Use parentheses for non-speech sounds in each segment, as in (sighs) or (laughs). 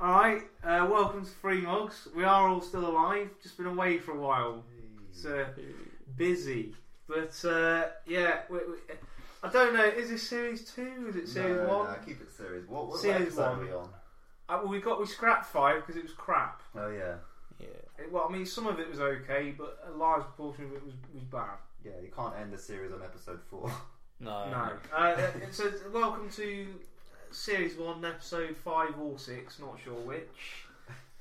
Alright, uh, welcome to Free Mugs. We are all still alive, just been away for a while. It's uh, busy. But uh, yeah, we, we, I don't know, is this series 2? Is it series no, 1? No, keep it series. What, what Series episode one. are we on? Uh, well, we got we scrapped 5 because it was crap. Oh yeah, Yeah. It- well, I mean, some of it was okay, but a large proportion of it was, was bad. yeah. You can't end the series on episode (laughs) four. No. No. Uh, it says, welcome to Series 1, Episode 5 or 6, not sure which.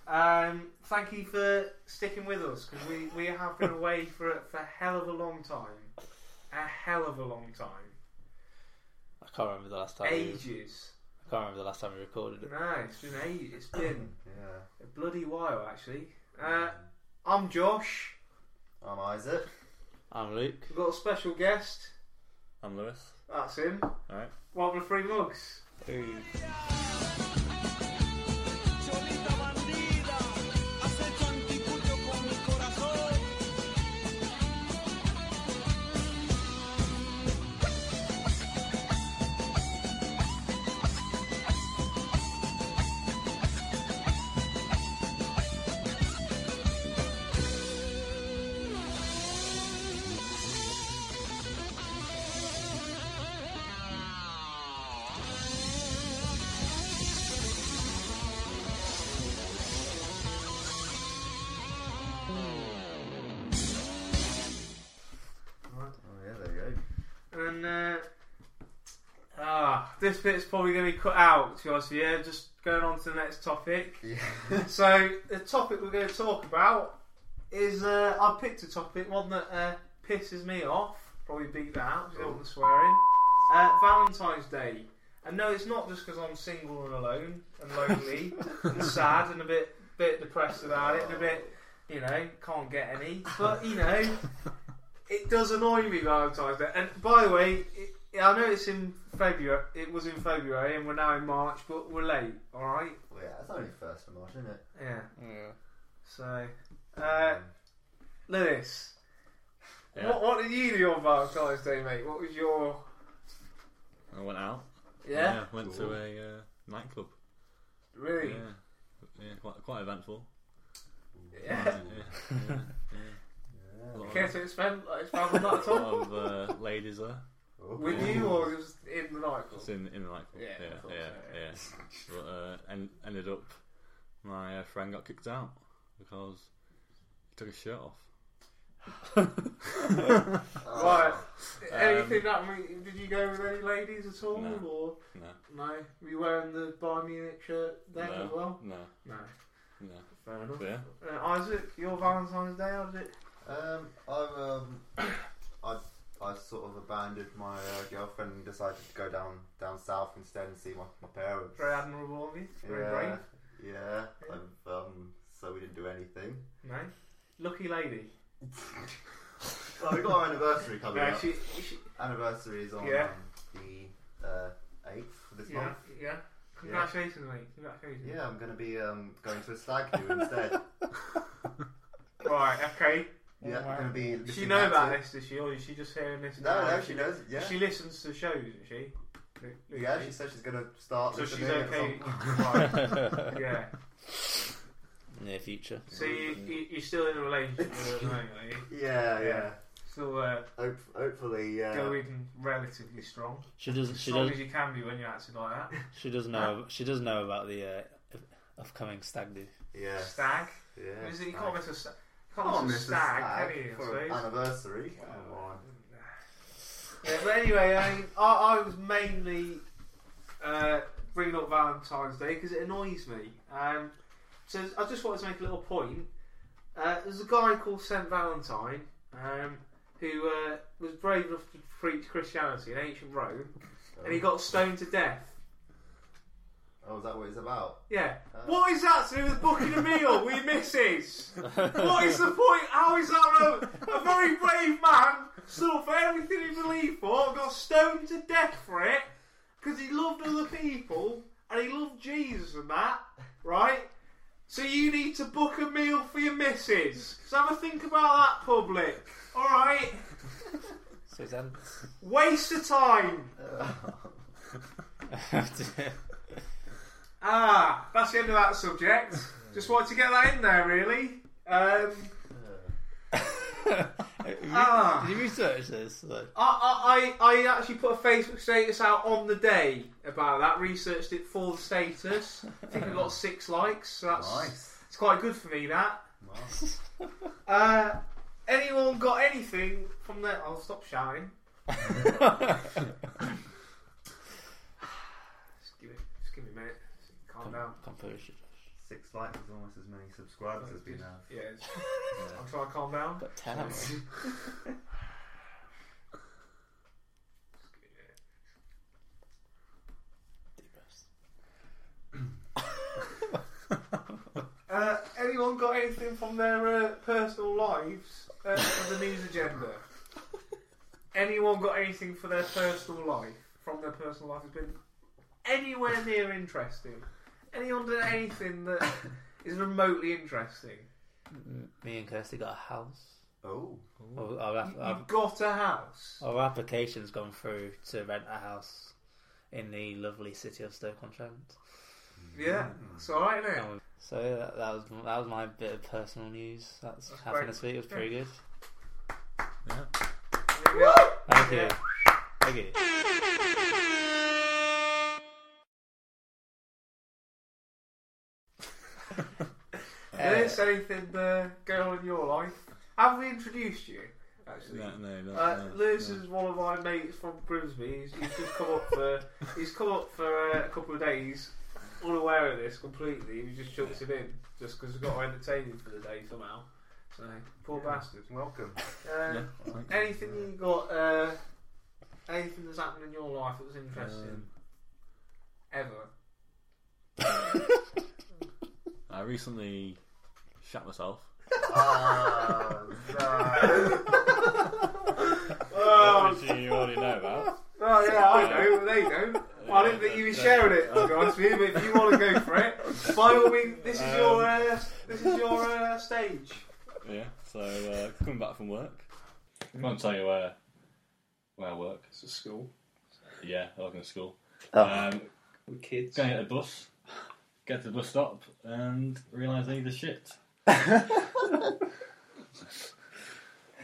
Um, thank you for sticking with us because we, we have been away for, a- for a hell of a long time. A hell of a long time. I can't remember the last time. We, Ages. I can't remember the last time we recorded it. No, it's been ages. It's been yeah. a bloody while, actually. Uh, I'm Josh. I'm Um, Isaac. I'm Luke. We've got a special guest. I'm Lewis. That's him. Alright. Welcome to Free Mugs. Cholita bandida, acecho anticucho con mi corazón. Oh yeah, there you go. And uh, ah, this bit's probably going to be cut out. To be honest with you, just going on to the next topic. Yeah. So the topic we're going to talk about is uh, I picked a topic, one that uh, pisses me off. Probably beat that out. 'cause I don't want the swearing. Uh, Valentine's Day. And no, it's not just because I'm single and alone and (laughs) lonely and sad and a bit bit depressed (laughs) about it and a bit, you know, can't get any. But you know, it does annoy me Valentine's Day. And by the way, it, I know it's in February. It was in February, and we're now in March, but we're late. All right. well, yeah, it's only first of March, isn't it? Um, Yeah. Yeah. So, uh, Lewis, Yeah. what, what did you do on Valentine's Day, mate? What was your I went out. yeah? went to a uh, nightclub. Yeah. Really? yeah. Quite, quite eventful. (laughs) Yeah. (laughs) Yeah. yeah, yeah. A lot Care to expand like, expand on that at of, (laughs) all? lot of uh, ladies there. Oh. With you or just in the nightclub? It's in, in the nightclub. Yeah, Yeah, of course, yeah, yeah, yeah. But uh, en- ended up, my uh, friend got kicked out because he took his shirt off. Oh. Right. Anything that we- did you go with any ladies at all um, No. or No, no? Were you wearing the Bayern Munich shirt then no, as well? no, No. no. Fair enough. But yeah, Uh, Isaac, your Valentine's Day, how did it? Um, I've um, (coughs) I I sort of abandoned my uh, girlfriend and decided to go down down south instead and see my, my parents. Very admirable of you. Very yeah, brave. yeah. I've, um, so we didn't do anything. (laughs) No. Lucky lady. well, we got our anniversary coming No, up. she, she, Anniversary is on Yeah. um, the uh, 8th of this yeah, month. yeah. Congratulations, mate. Congratulations. Yeah, I'm going to be um, going to a stag do (laughs) instead. Right, okay. yeah, I'm going to be. Does she listening know back about to- this, does she? Or is she just hearing this? No, now? no, she does. Yeah, She listens to shows, doesn't she? Lu- yeah. Lucy? She said she's going to start. so listening she's at okay. some- right. Yeah. Near future. So you, you, you're still in a relationship with her at the moment, are you? (laughs) Yeah, yeah. Yeah. Still uh, Hope, hopefully, uh, yeah. going relatively strong. She doesn't. As She strong does. as you can be when you're acting like that. She does know. She does know about the uh, upcoming (laughs) stag (laughs) do. yeah, Stag. yeah. Is it- you stag. can't miss a stag. Come Can't on, miss a stag, stag can you? I for an suppose? anniversary. Come on. Yeah, but anyway, I, mean, I, I was mainly uh, bringing up Valentine's Day because it annoys me. Um, so I just wanted to make a little point. Uh, there's a guy called Saint Valentine um, who uh, was brave enough to preach Christianity in ancient Rome, and he got stoned to death. Oh, is that what it's about? Yeah. Oh. What is that to do with booking a meal? We misses. What is the point? How is that wrong? A very brave man stood up for everything he believed for, got stoned to death for it because he loved other people and he loved Jesus and that, right? So you need to book a meal for your missus. So have a think about that, public. All right, So it's end. waste of time. Oh. yeah. Ah, that's the end of that subject. Just wanted to get that in there, really. Um, Have you- Ah. Did you research this? Like, (laughs) I, I, I I actually put a Facebook status out on the day about that. Researched it for the status. I think we got six likes. So that's Nice. it's quite good for me. That. Wow. Uh, anyone got anything from that? I'll stop shouting. Oh, Just give it. Just give me a minute. Calm down. Composure. Six likes is almost as many subscribers as we have. Yeah, it's- I'm trying to calm down. Got ten of them. Just give me a minute. Deep breaths. Uh, anyone got anything from their uh, personal lives uh, for the news agenda? Anyone got anything for their personal life from their personal life has been anywhere near interesting? Anyone done anything that is remotely interesting? M- Mm, Me and Kirsty got a house. Oh. Our, our, app- You- our, You've got a house. our application's gone through to rent a house in the lovely city of Stoke-on-Trent. Yeah, Hmm. it's alright now. And we- So yeah, that, that was that was my bit of personal news. That's, That's happened great. this week. It was pretty good. Yeah. There we are. Thank you. Yeah. Thank you. Dennis, anything uh, going on in your life? Have we introduced you? Actually, No, no, no. uh, no, Lewis no. is one of my mates from Grimsby. He's, he's just come up for he's come up for uh, a couple of days, unaware of this completely. We just chucked him in just because we got to entertain him for the day somehow. So poor bastard. Welcome. Uh, Yeah, thanks. Anything you got? Uh, anything that's happened in your life that was interesting? Um, Ever? I recently shat myself. Oh, no. Oh, Obviously, you already know that. well, Oh, yeah, I know, but they don't. I didn't think you were sharing it. To be honest with you, but if you want to go for it, by (laughs) all means, this is your uh, this is your uh, stage. Yeah, so uh, coming back from work. I won't tell you where where I work. It's a school. Yeah, I work in a school. Oh. Um, With kids. going to get a bus, get to the bus stop, and realise I need a shit.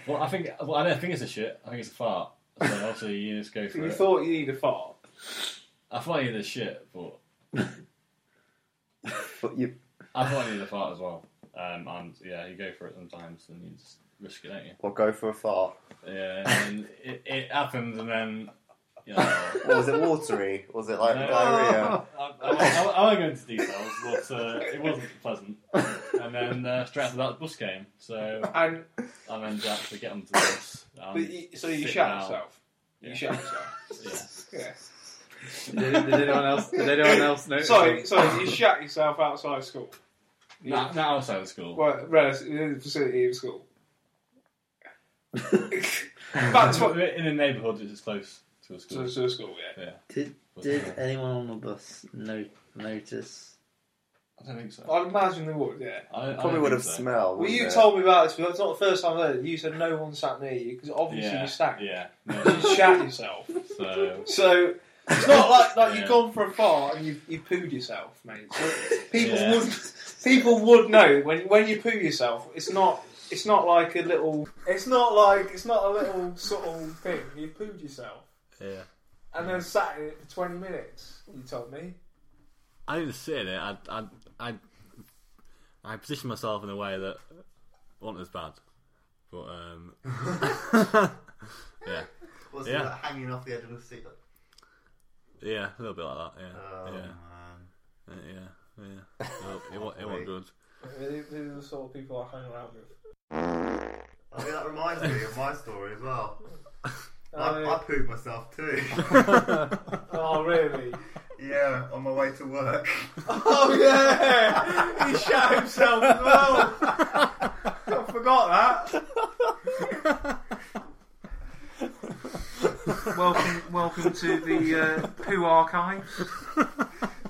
well, I think well, I don't think it's a shit. I think it's a fart. So obviously you just go for it. thought you need a fart. I thought I needed a shit, but But you, I thought I needed a fart as well. Um, and yeah, you go for it sometimes, and you just risk it, don't you? well, go for a fart. Yeah, and it, it happens, and then you know, was it watery? Was it like No. diarrhea? (laughs) I, I, I, I won't go into details, but uh, it wasn't pleasant. And then uh, straight after that, the bus came. So And I then had to get onto the bus. Um, but you, so you sit shat down. yourself. Yeah. You shat (laughs) yourself. Yeah. Yeah. Did, did anyone else? Did anyone else know? Sorry, sorry. You shat yourself outside (laughs) school. Not, not outside of school. Well, rel- in the vicinity of school. (laughs) Back to We're in a neighbourhood that's close to a school. to, to school. Yeah. Did, But, did uh, anyone on the bus no, notice? I don't think so. I'd imagine they would. Yeah. I, don't- I Probably don't would think have so. smelled. Well, wouldn't you it? told me about this, but it's not the first time I've heard it. You said no one sat near you because obviously Yeah, you stank. yeah. You No, shat yourself. so So it's not like like Yeah. you've gone for a fart and you've, you pooed yourself, mate. So people Yeah. would people would know when when you poo yourself. It's not it's not like a little. It's not like it's not a little subtle thing. You pooed yourself yeah. and then sat in it for twenty minutes. You told me. I didn't sit in it. I, I, I, I positioned myself in a way that wasn't as bad, but um, (laughs) yeah, (laughs) Was Yeah. it like hanging off the edge of the seat? yeah, a little bit like that. Yeah, Oh, yeah, man. Uh, yeah, yeah. No, it, wa- it wasn't good. These are the sort of people I hang around with. I mean, that reminds me of my story as well. I, I Oh, pooed myself too. (laughs) (laughs) oh (laughs) really? yeah, on my way to work. Oh yeah, he shot himself as well. I forgot that. welcome, welcome to the uh, poo archives.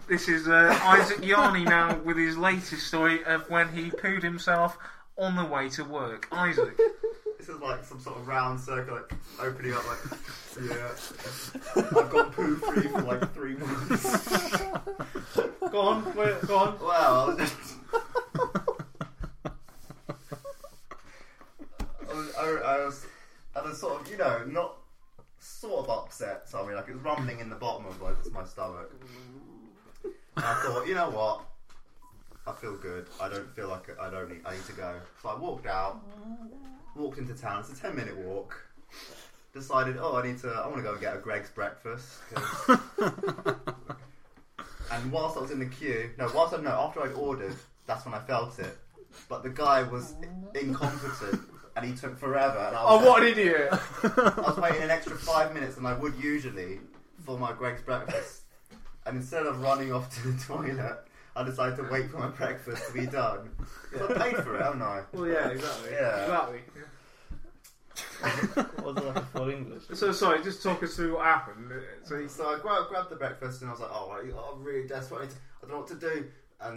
This is uh, Isaac Yarni now with his latest story of when he pooed himself on the way to work. Isaac, This is like some sort of round circle, like opening up, like (laughs) yeah. I've got poo free for like three months. go Go on, wait, go on. Well, (laughs) (laughs) I was, I, I was, I was sort of, you know, not sort of upset. Sorry, like it was rumbling in the bottom of like my stomach. And I thought, you know what? I feel good. I don't feel like I don't need. I need to go. So I walked out, walked into town. It's a ten-minute walk. Decided, oh, I need to. I want to go and get a Greg's breakfast. 'cause (laughs) and whilst I was in the queue, no, whilst I no, after I'd ordered, that's when I felt it. But the guy was i- incompetent, and he took forever. And I was, Oh, what an idiot! I was (laughs) waiting an extra five minutes than I would usually for my Greg's breakfast. And instead of running off to the toilet, I decided to wait for my breakfast to be done. 'Cause I paid for it, haven't I? Well, yeah, exactly. Yeah. Exactly. was like a (laughs) full English. So, sorry, just talk us through what happened. So, you- So I grabbed, grabbed the breakfast and I was like, oh, I- I'm really desperate. I need to- I don't know what to do. And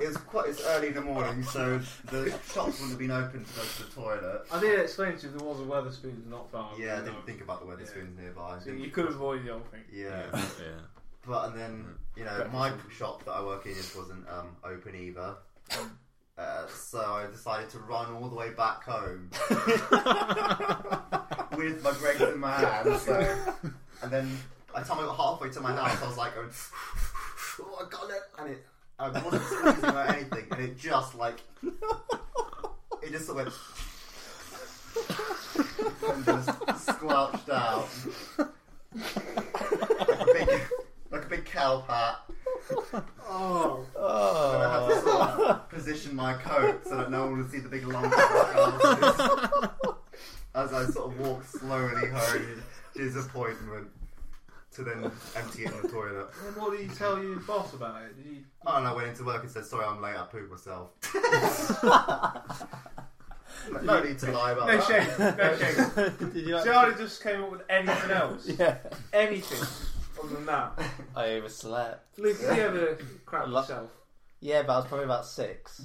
it was quite it's early in the morning, so the shops wouldn't have been open to go to the toilet. I did explain to you there was a Weatherspoons not far. Yeah, I you know. didn't think about the weather spoons nearby. I So didn't- you could avoid the whole thing. Yeah. yeah. But and then you know Breakfast my shop that I work in is wasn't um, open either, uh, so I decided to run all the way back home with my Greg's in my hand. So and then by the time I got halfway to my house, I was like, going, "Oh, I got it!" And it, I wasn't squeezing or anything, and it just like it just went and just squelched out like a big, like a big cow pat. Oh, And I had to sort Oh. of position my coat so that no one would see the big lump of my glasses (laughs) (laughs) as I sort of walked slowly home in disappointment to then empty it in the toilet. and what did you tell your boss about it? Did you? Oh, and I went into work and said, sorry, I'm late, I pooped myself. no need to lie about No that. shame, (laughs) no shame. Did you like? Charlie just came up with anything else, (laughs) Yeah. anything other than that. I overslept. Luke, did you ever crap Lo- yourself? Yeah, but I was probably about six.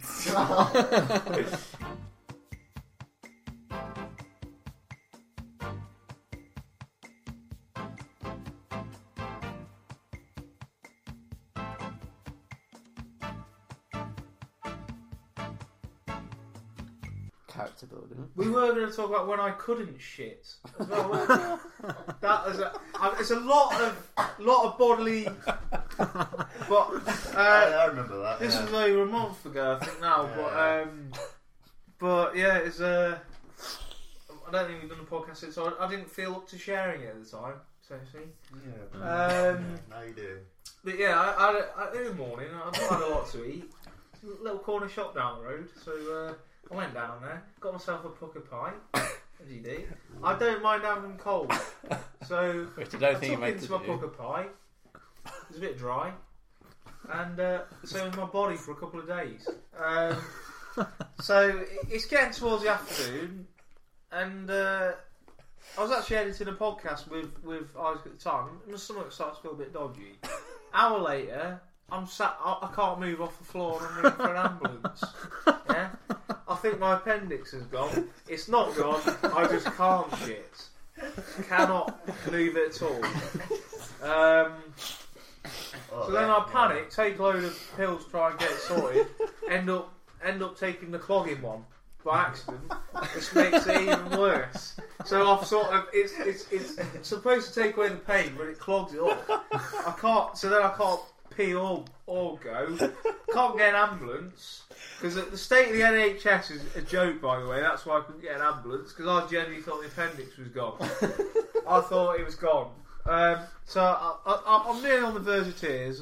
Character building. We were going to talk about when I couldn't shit. As well, weren't we? that is a, I- Um, it's a lot of lot of bodily. But I, uh, I remember that. this yeah. was over a month ago, I think now. Yeah. But um, but yeah, it's uh, I don't think we've done a podcast since. So I, I didn't feel up to sharing it at the time. So see, Yeah. um, now you do. but yeah, I, I, I in the morning I not had a lot to eat. There's a little corner shop down the road, so uh, I went down there, got myself a pucker pie. As you do, I don't mind having them cold. (laughs) So Which I I don't think you took made into to my do. pucker pie. It was a bit dry, and uh, so was my body for a couple of days. (laughs) Um, so i- it's getting towards the afternoon, and uh, I was actually editing a podcast with with Isaac at the time, and my stomach starts to feel a bit dodgy. Hour later, I'm sat. I, I can't move off the floor, and I'm ringing for an ambulance. Yeah, I think my appendix has gone. It's not gone. I just can't shit cannot move it at all. Um, Oh, so then yeah, I panic, take a load of pills, try and get it (laughs) sorted. End up end up taking the clogging one by accident, which makes it even worse. So I've sort of it's it's it's supposed to take away the pain, but it clogs it up. I can't. So then I can't pee or or go. Can't get an ambulance. Because the state of the NHS is a joke, by the way. That's why I couldn't get an ambulance. Because I genuinely thought the appendix (laughs) was gone. I thought it was gone. Um, so I, I, I'm nearly on the verge of tears.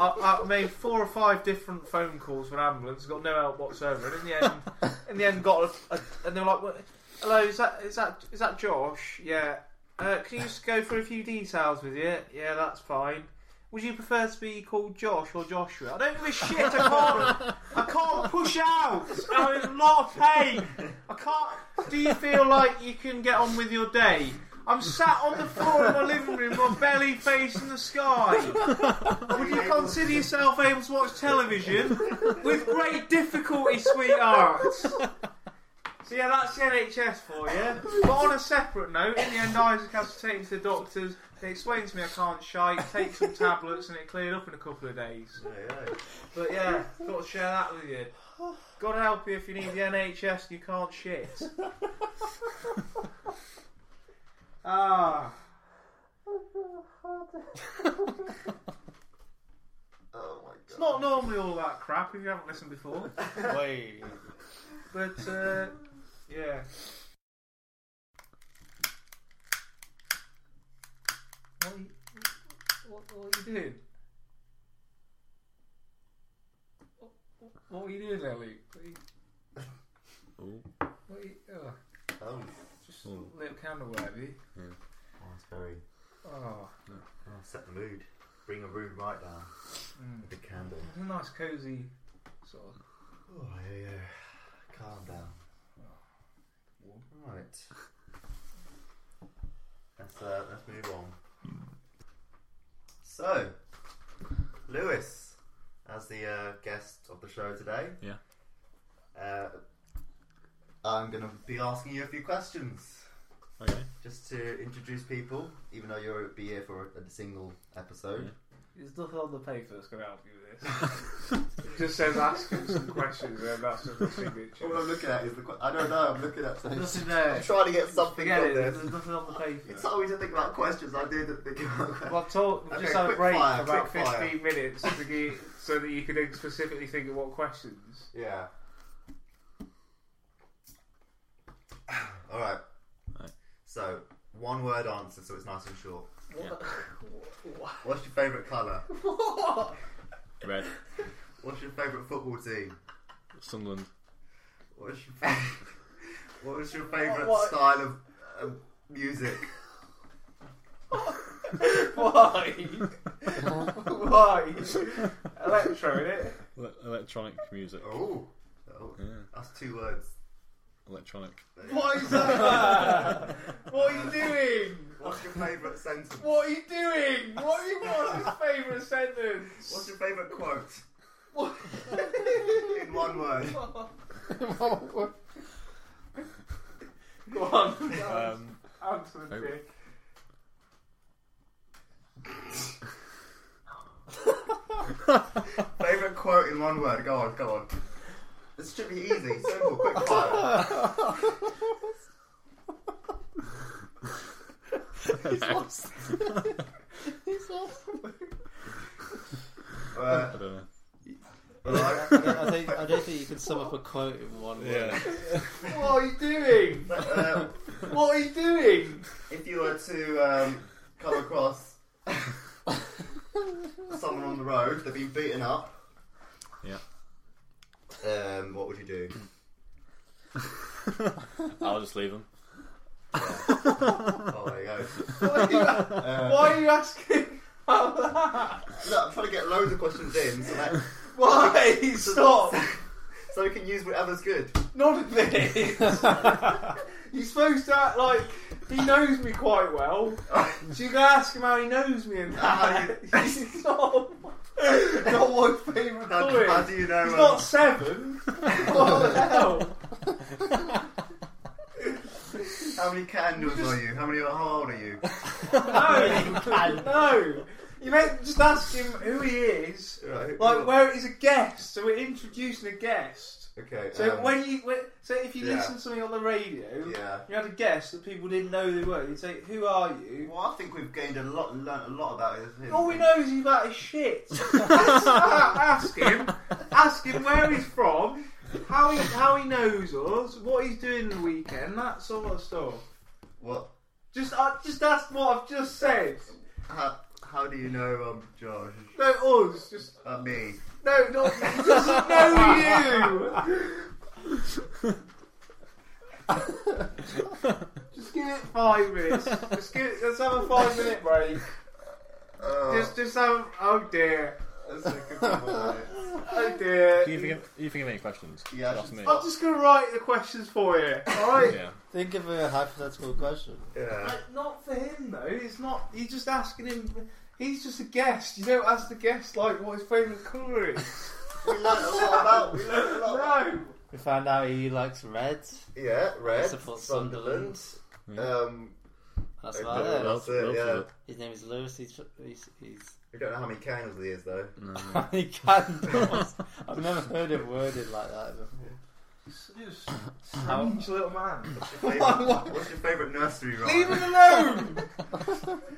I, I made four or five different phone calls for an ambulance. Got no help whatsoever. And in the end, in the end, got a, a- and they were like, "What- "Hello, is that is that is that Josh? Yeah. Uh, can you just go through a few details with you? Yeah, that's fine. Would you prefer to be called Josh or Joshua? I don't give a shit. I can't. I can't push out. I'm in a lot of pain. I can't. Do you feel like you can get on with your day? I'm sat on the floor in my living room, my belly facing the sky. Would you consider yourself able to watch television with great difficulty, sweetheart? So yeah, that's the NHS for you. But on a separate note, in the end, Isaac has to take me to the doctors. They explain to me I can't shite, take some tablets, and it cleared up in a couple of days. Yeah, yeah. But yeah, thought to share that with you. God help you if you need the NHS and you can't shit. Ah, Oh my god. it's not normally all that crap if you haven't listened before. Wait. But uh, yeah. What are you, what, what are you doing? What- What are you doing there, Luke? What are you, Ooh. what are you, oh, Oh, just a Mm. little candle worthy. that's very. Oh, Oh, set the mood. Bring the room right down. mm. With the candle. It's a nice cozy sort of. Oh, yeah, yeah. Calm down. Right. Let's, uh, let's move on. So, Lewis, as the uh, guest of the show today. Yeah. Uh, I'm going to be asking you a few questions Okay. just to introduce people, even though you'll be here for a, a single episode. There's nothing on the paper that's going to help you with this. (laughs) it just says ask him some questions and that's just a signature. All I'm looking at is the. que- I don't know. I'm looking at. things. Nothing I'm there. trying to get something Forget on it, this. there's nothing on the paper. It's always to think about questions. I didn't think about questions. Well, I've talked, we've Okay, just had a quick break fire, for about quick 15 fire. minutes to get, so that you could specifically think of what questions. Yeah. (sighs) All right. Right. So one word answer, so it's nice and short. Yeah. (laughs) What's your favourite colour? Red. What's your favourite football team? Sunderland. What's your fa- (laughs) what was your favourite What- what- style of uh, music? (laughs) (laughs) Why? Why? Electro, innit? Ele- electronic music. Oh, oh, Yeah. that's two words. Electronic. There you What go. is that? what are you doing? What's your favourite sentence? What are you doing? What are you what's your favourite sentence? What's your favourite quote? In one word. Go on. Um, Answer the Oh. dick. Favorite quote in one word. Go on, go on. This should be easy, simple, quick fire. (laughs) I Uh, don't know. well, I, don't- I think, I don't think you can sum up a quote in one word. Yeah. What are you doing? I- uh, What are you doing? if you were to um, come across someone on the road, they've been beaten up. Yeah. Um, what would you do? I'll just leave them. Oh, there you go. Why are you, Uh, why are you asking about that? Look, I'm trying to get loads of questions in so that Why? Stop! so we can use whatever's (laughs) good. None of this! You're supposed to act like he knows me quite well. So you can ask him how he knows me and that. He's not, (laughs) not one favourite How, do- how colour. do you know? He's um, not seven. What the hell? how many candles are you? How many? How old are (laughs) you? No! (laughs) No! You meant just ask him who he is. Right. Like, where he's a guest. So we're introducing a guest. Okay. So um, when you when, so if you yeah. listen to something on the radio, yeah. you had a guess that people didn't know they were. You'd say, "Who are you?" Well, I think we've gained a lot, learned a lot about it. All we know is he's about (laughs) his shit. ask him, ask him where he's from, how he how he knows us, what he's doing the weekend, that sort of stuff. What? Just uh, just ask what I've just said. How, how do you know um, Josh? No, us. Just Uh, me. no, not he doesn't know you. Just give it five minutes. Just give it, let's have a five minute break. Uh, Just, just have. Oh dear. that's a good (laughs) one, Oh dear. Do you think of, you think of any questions? Yeah, I Just should- me. I'm just gonna write the questions for you. All right. Yeah. Think of a hypothetical question. yeah. Like, not for him though. It's not. You're just asking him. He's just a guest. You don't (laughs) ask the guest like what his favourite colour is. (laughs) We learned a lot about. We learned a lot. no. We found out he likes Reds. (laughs) Yeah, Red, Support Sunderland. Yeah. Um, That's Okay, about it. well- that's it, Well, yeah. His name is Lewis. He's, he's, he's we don't know how many candles he is though. Mm. no. he candles. (laughs) I've never heard it worded like that before. Just strange little man. What's your favourite, what's your favourite nursery rhyme? Leave him alone!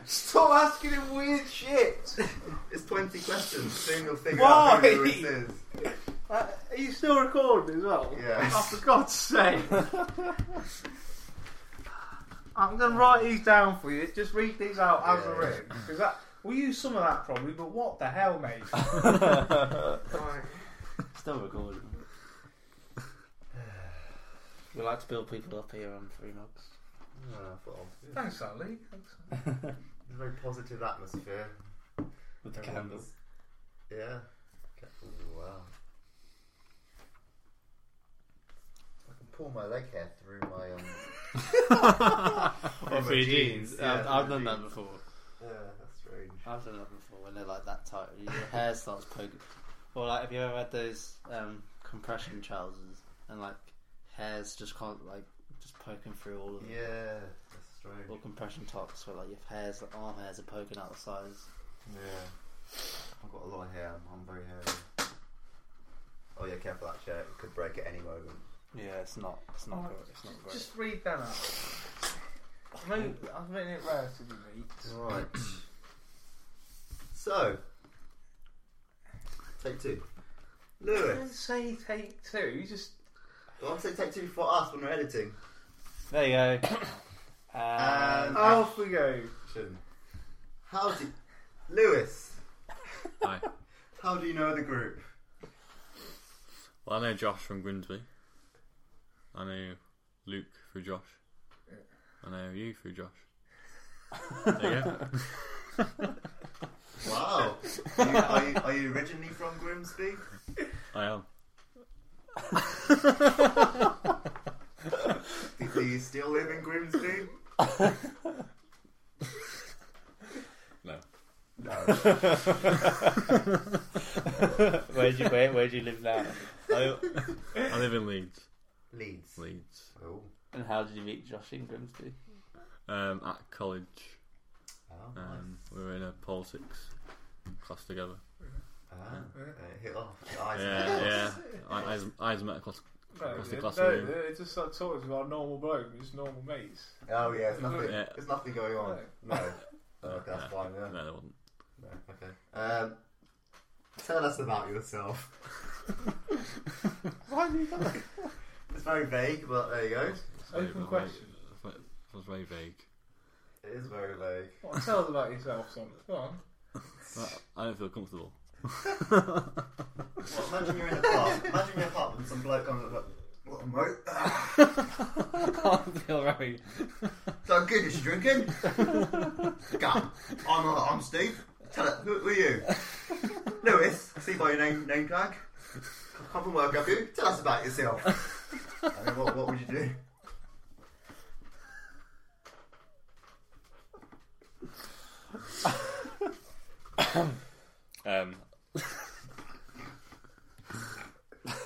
Stop asking him weird shit. It's 20 questions. Soon you'll figure out Why? who this is. Uh, are you still recording as well? Yes. Oh, for God's sake. I'm going to write these down for you. Just read these out as Yeah. a ring. Because that. We use some of that probably, but what the hell, mate? Right. (laughs) Still recording. We like to build people up here on Three Mugs. Oh, I thought I was- Thanks, Ali. Thanks. It's a very positive atmosphere. With the Everyone's- candles. Yeah. Okay. Ooh, wow. I can pull my leg hair through my. Um... Or (laughs) Or three three jeans. jeans, yeah, I've, I've three done that jeans. before. (laughs) yeah, that's strange. I've done that before when they're like that tight. Your hair starts poking. Or like, have you ever had those um, compression trousers and like hairs just can't like just poking through all of them? Yeah, that's strange. Or compression tops where like your hairs, the arm hairs are poking out the sides. Yeah. I've got a lot of hair. I'm, I'm very hairy. Oh yeah, careful that chair. It could break at any moment. Yeah, it's not. It's not. Alright, great. It's not great. Just read them out. I mean, I've written it relatively neat. Right. so, take two. Lewis. Don't say take two. You just Well, I'll say take two for us when we're editing. There you go. Um, And And off we go. action. How do Lewis? Hi. How do you know the group? Well, I know Josh from Grimsby. I know Luke through Josh. I know you through Josh. There you go. (laughs) Wow. are, you, are, you, are you originally from Grimsby? I am. Do, do you still live in Grimsby? (laughs) No. No. where do you where, where do you live now? I, I live in Leeds. Leeds. Leeds. Oh. And how did you meet Josh in Grimsby? Um, at college, Oh, nice. um, we were in a politics class together. ah, uh, hit off. Eyes (laughs) Yeah, yeah. I, eyes, eyes met across. No, What's the no, class no, name? it's just like talking about normal bloke, just normal mates. Oh yeah, it's nothing. Yeah. There's nothing going on. No. (laughs) Oh, Okay, that's Yeah. fine. Yeah. No, there wasn't. No, okay. Um, tell us about yourself. Why do you that? It's very vague, but there you go. It's Open very- very- question. It was very vague. It is very vague. (laughs) Well, tell us about yourself, son. Go on. But I don't feel comfortable. Well, imagine you're in a pub. Imagine you're in a pub and some bloke comes up. like, What a moat? can't feel very. So good is drinking. Go. I'm, uh, I'm Steve. Tell it. Who, who are you? Lewis. I see by your name name tag. Come from work, have you? Tell us about yourself. I mean, what, what would you do? Um,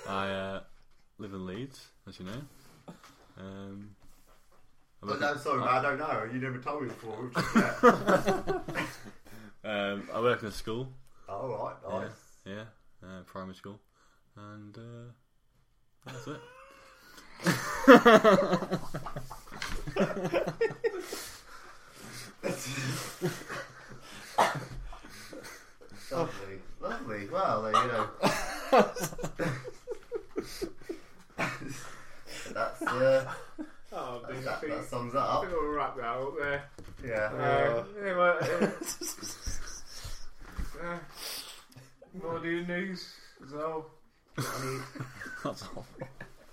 I uh, live in Leeds, as you know. Um, I Oh, work, no, sorry, I don't know. You never told me before. We've just met. um, I work in a school. All right, nice. Yeah, uh, primary school, and uh, that's it. Lovely, lovely. Well, there you know. that's uh, Oh, dude, I that, think, that I sums that up. think we'll wrap that up there. Uh, Yeah. anyway, uh, (laughs) uh, more new news as well. I mean, That's all.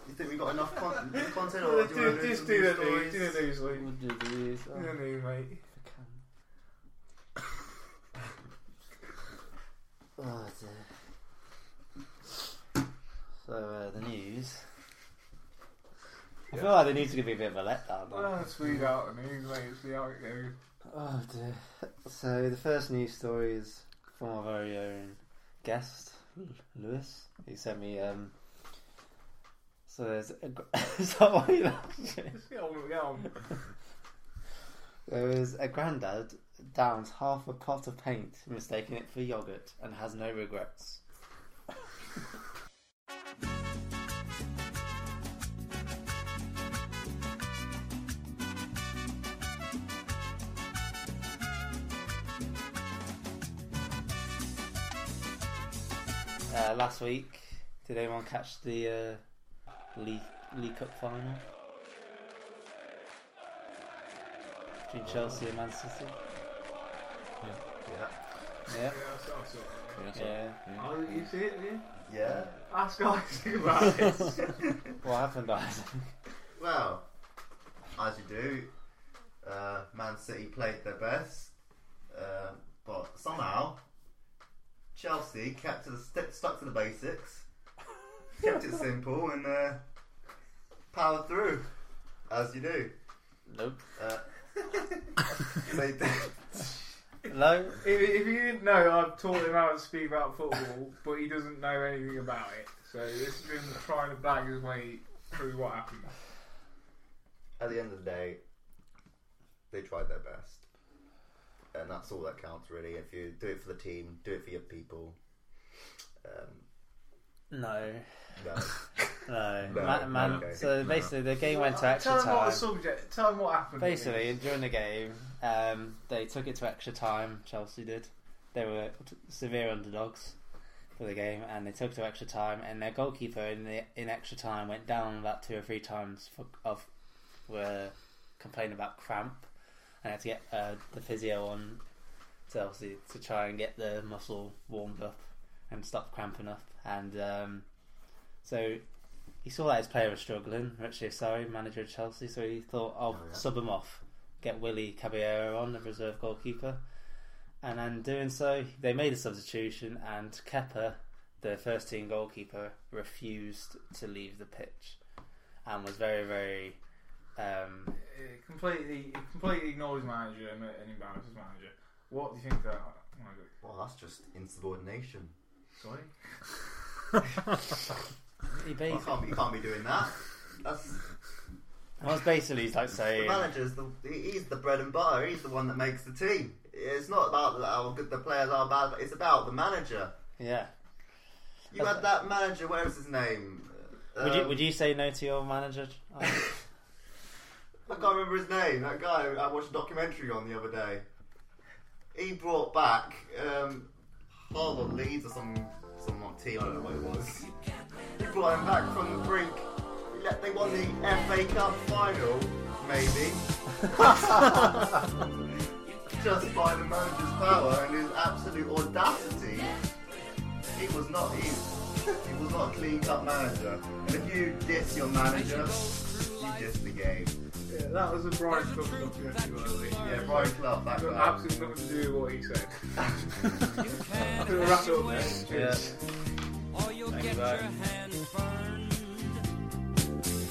you think we got enough (laughs) con- content, or Uh, do you want to do- do Just some do new the news, stories? do the news, Luke. Would you do this? Do the Oh, news, mate. I can't. (coughs) Oh, dear. So uh, the news. I feel like the news is gonna be a bit of a letdown. though. Let's read out the news, mate. See how it goes. Oh dear. So the first news story is from our very own guest, Lewis. He sent me um, So there's a, gr- (laughs) is that why you're laughing? Let's get on with it, get on. There is a granddad downs half a pot of paint, mistaking it for yogurt, and has no regrets. Uh, last week, did anyone catch the uh, League, League Cup final between Chelsea and Man City? Yeah. Yeah. Yeah, that's what I thought. Yeah, that's it. Yeah. Oh, you see it, do you? Yeah. Ask guys about (laughs) it. What (laughs) happened, Isaac? Well, as you do, uh, Man City played their best, uh, but somehow Chelsea kept to the st- stuck to the (laughs) basics, kept it simple, and uh, powered through, as you do. Nope. (laughs) Uh, they did. No. If, if you didn't know, I've taught him how to speak about football, but he doesn't know anything about it. So this has been trying to bag his way through what happened. At the end of the day, they tried their best, and that's all that counts really. If you do it for the team, do it for your people. Um, No. (laughs) no. No. No, Ma- man, okay. So No. basically, the game went to tell extra him what time. the subject. Tell him what happened. Basically, during the game, um, they took it to extra time. Chelsea did. They were t- severe underdogs for the game, and they took it to extra time. And their goalkeeper in the, in extra time went down about two or three times for, of were complaining about cramp, and had to get uh, the physio on to obviously to try and get the muscle warmed up and stop cramping up. And um, so he saw that his player was struggling, Richie Osari, manager of Chelsea, so he thought, I'll Oh, yeah. sub him off, get Willie Caballero on, the reserve goalkeeper. And then doing so, they made a substitution, and Kepper, the first team goalkeeper, refused to leave the pitch and was very, very. Um, It completely, it completely ignores manager and, and embarrasses manager. What do you think that? Oh my God. Well, that's just insubordination. Sorry. (laughs) he You basically, can't, be, you can't be doing that. (laughs) That's I was basically like the saying, manager's the he- he's the bread and butter. He's the one that makes the team. It's not about how good the players are, bad. It's about the manager. yeah. You had that manager. Where is his name? Would you Um, would you say no to your (laughs) manager? I can't remember his name. That guy I watched a documentary on the other day. He brought back um, Harvard Leeds or some some like team. I don't know what it was. He brought him back from the brink. He let- They won the FA Cup final, maybe. (laughs) Just by the manager's power and his absolute audacity, he was not he, he was not a clean cut manager. And if you diss your manager, you diss the game. Yeah, that was a Brian Cook documentary. wasn't it? Yeah, Brian Clough, that It's got guy. absolutely nothing to do with what he said. I think (laughs) we'll wrap it up there. Cheers. or you'll Thank get you, your Barry. hands burned.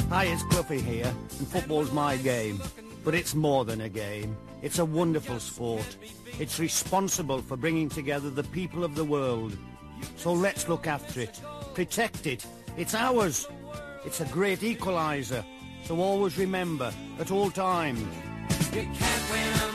Hi, it's Cluffy here, and football's my game. But it's more than a game. It's a wonderful sport. It's responsible for bringing together the people of the world. So let's look after it, protect it. It's ours. It's a great equaliser. So always remember, at all times, You can't win